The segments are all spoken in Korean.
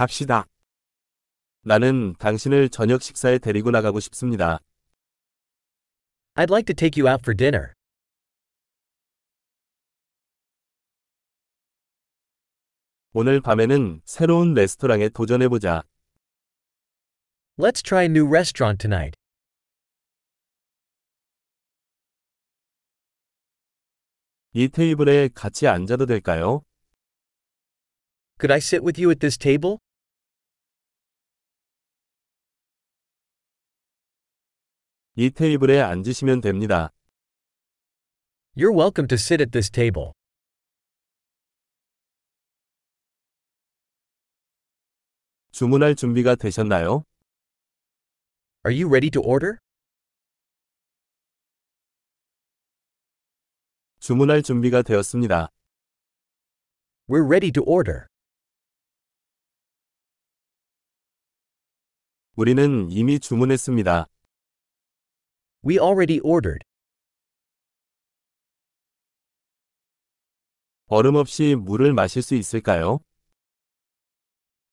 갑시다. 나는 당신을 저녁 식사에 데리고 나가고 싶습니다. I'd like to take you out for dinner. 오늘 밤에는 새로운 레스토랑에 도전해보자. Let's try a new restaurant tonight. 이 테이블에 같이 앉아도 될까요? Could I sit with you at this table? 이 테이블에 앉으시면 됩니다. You're welcome to sit at this table. 주문할 준비가 되셨나요? Are you ready to order? 주문할 준비가 되었습니다. We're ready to order. 우리는 이미 주문했습니다. We already ordered. 얼음 없이 물을 마실 수 있을까요?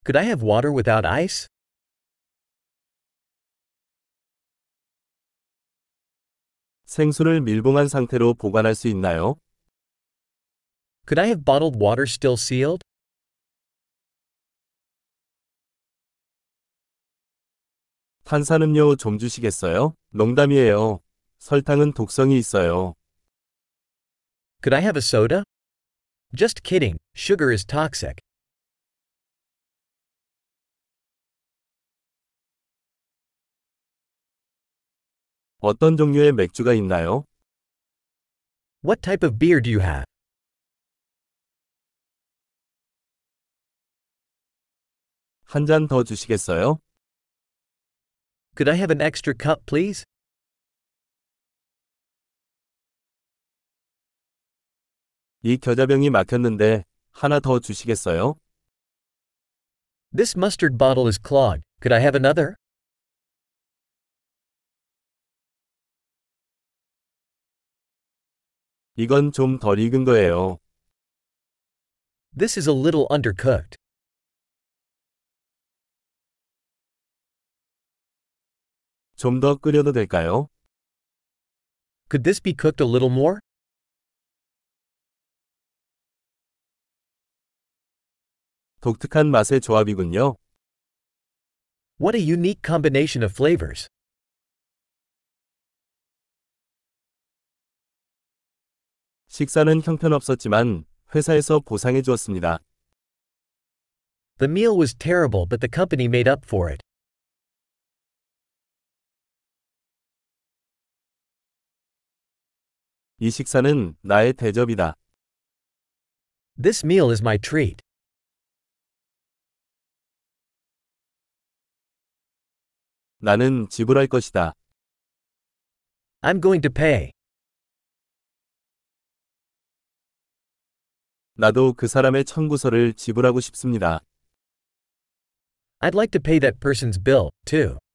Could I have water without ice? 생수를 밀봉한 상태로 보관할 수 있나요? Could I have bottled water still sealed? 탄산음료 좀 주시겠어요? 농담이에요. 설탕은 독성이 있어요. Could I have a soda? Just kidding, sugar is toxic. 어떤 종류의 맥주가 있나요? What type of beer do you have? 한 잔 더 주시겠어요? Could I have an extra cup, please? 이 겨자병이 막혔는데 하나 더 주시겠어요? This mustard bottle is clogged. Could I have another? 이건 좀 덜 익은 거예요. This is a little undercooked. 좀 더 끓여도 될까요? Could this be cooked a little more? 독특한 맛의 조합이군요. What a unique combination of flavors. 식사는 형편없었지만 회사에서 보상해 주었습니다. The meal was terrible, but the company made up for it. 이 식사는 나의 대접이다. This meal is my treat. 나는 지불할 것이다. I'm going to pay. 나도 그 사람의 청구서를 지불하고 싶습니다. I'd like to pay that person's bill, too.